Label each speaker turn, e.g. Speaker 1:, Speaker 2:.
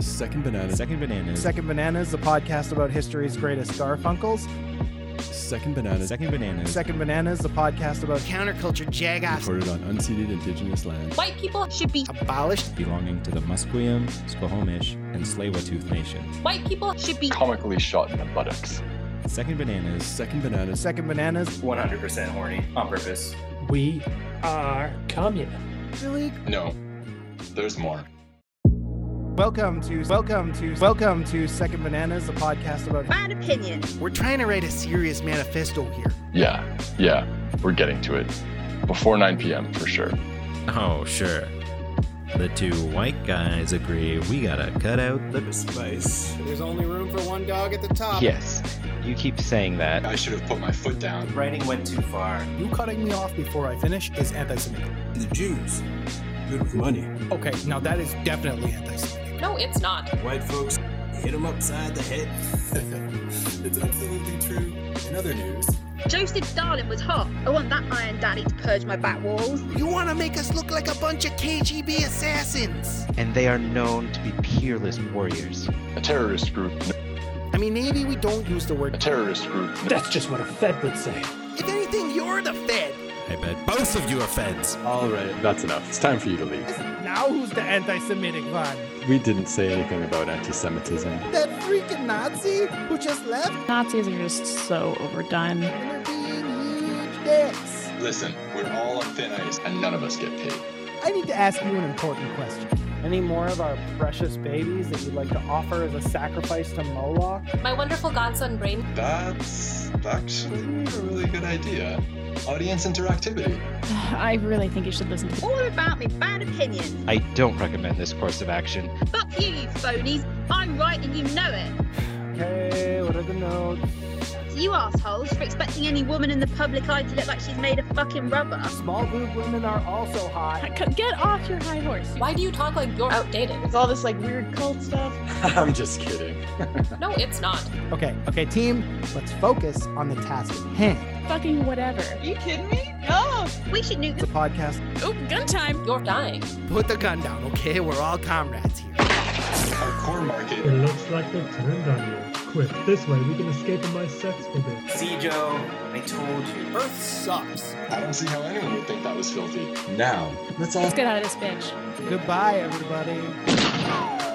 Speaker 1: Second banana.
Speaker 2: Second bananas.
Speaker 3: Second Bananas, the podcast about history's greatest garfunkels.
Speaker 1: Second banana.
Speaker 2: Second bananas.
Speaker 3: Second Bananas, the podcast about
Speaker 4: counterculture jagoffs
Speaker 1: Recorded on unceded indigenous lands.
Speaker 5: White people should be.
Speaker 4: abolished
Speaker 2: belonging to the Musqueam, Squamish, and tsleil nations.
Speaker 5: White people should be.
Speaker 6: comically shot in the buttocks.
Speaker 2: Second bananas.
Speaker 1: Second banana.
Speaker 3: Second Bananas.
Speaker 7: 100% horny on purpose.
Speaker 8: We are communists.
Speaker 3: Really?
Speaker 6: No, there's more.
Speaker 3: Welcome to welcome to welcome to Second Bananas, the podcast about
Speaker 5: Bad opinion.
Speaker 4: we're trying to write a serious manifesto here
Speaker 6: Yeah, yeah, we're getting to it. Before 9 p.m. for sure.
Speaker 2: Oh, sure. The two white guys agree we gotta cut out the spice.
Speaker 4: there's only room for one dog at the top
Speaker 9: Yes, you keep saying that.
Speaker 6: I should have put my foot down.
Speaker 7: Writing went too far.
Speaker 10: You cutting me off before I finish is anti-Semitic.
Speaker 11: The Jews. Good with money.
Speaker 10: Okay, now that is definitely anti-Semitic.
Speaker 5: No, it's not.
Speaker 11: White folks hit them upside the head. it's absolutely true. In other news,
Speaker 5: Joseph Stalin was hot. I want that Iron Daddy to purge my back walls.
Speaker 4: you want to make us look like a bunch of kgb assassins
Speaker 9: And they are known to be peerless warriors.
Speaker 6: A terrorist group.
Speaker 4: i mean maybe we don't use the
Speaker 6: A
Speaker 4: word
Speaker 6: terrorist group.
Speaker 8: That's just what a Fed would say.
Speaker 4: if anything you're the fed
Speaker 2: I bet both of you are feds.
Speaker 1: All right, that's enough. It's time for you to leave.
Speaker 3: now who's the anti-Semitic one?
Speaker 1: We didn't say anything about anti-Semitism.
Speaker 3: That freaking Nazi who just left
Speaker 12: Nazis are just so overdone.
Speaker 3: and are being huge dicks.
Speaker 6: Listen, we're all on thin ice and none of us get paid.
Speaker 3: I need to ask you an important question. Any more of our precious babies that you'd like to offer as a sacrifice to Moloch?
Speaker 5: My wonderful godson brain.
Speaker 6: That's actually a really good idea. Audience interactivity.
Speaker 12: I really think you should listen to
Speaker 5: All about me. Bad opinion.
Speaker 9: I don't recommend this course of action.
Speaker 5: Fuck you, you phonies. I'm right and you know it.
Speaker 3: Okay, what are the notes?
Speaker 5: You assholes for expecting any woman in the public eye to look like she's made of fucking rubber.
Speaker 3: Small boob women are also hot.
Speaker 12: Get off your high horse.
Speaker 5: Why do you talk like you're outdated?
Speaker 12: There's all this like weird cult stuff.
Speaker 1: I'm just kidding.
Speaker 5: No, it's not.
Speaker 3: Okay, okay, team, let's focus on the task at hand.
Speaker 12: Fucking whatever.
Speaker 5: you kidding me? No. We should nuke
Speaker 3: It's a
Speaker 5: them.
Speaker 3: podcast.
Speaker 12: Oh, gun time.
Speaker 5: You're dying.
Speaker 4: put the gun down okay we're all comrades here
Speaker 6: Our core market.
Speaker 8: It looks like they've turned on you. Quick, this way we can escape my sex forbid.
Speaker 7: See, Joe, I told you.
Speaker 4: earth sucks
Speaker 6: I don't see how anyone would think that was filthy.
Speaker 1: Now, let's all
Speaker 12: Let's get out of this bitch.
Speaker 3: Goodbye, everybody.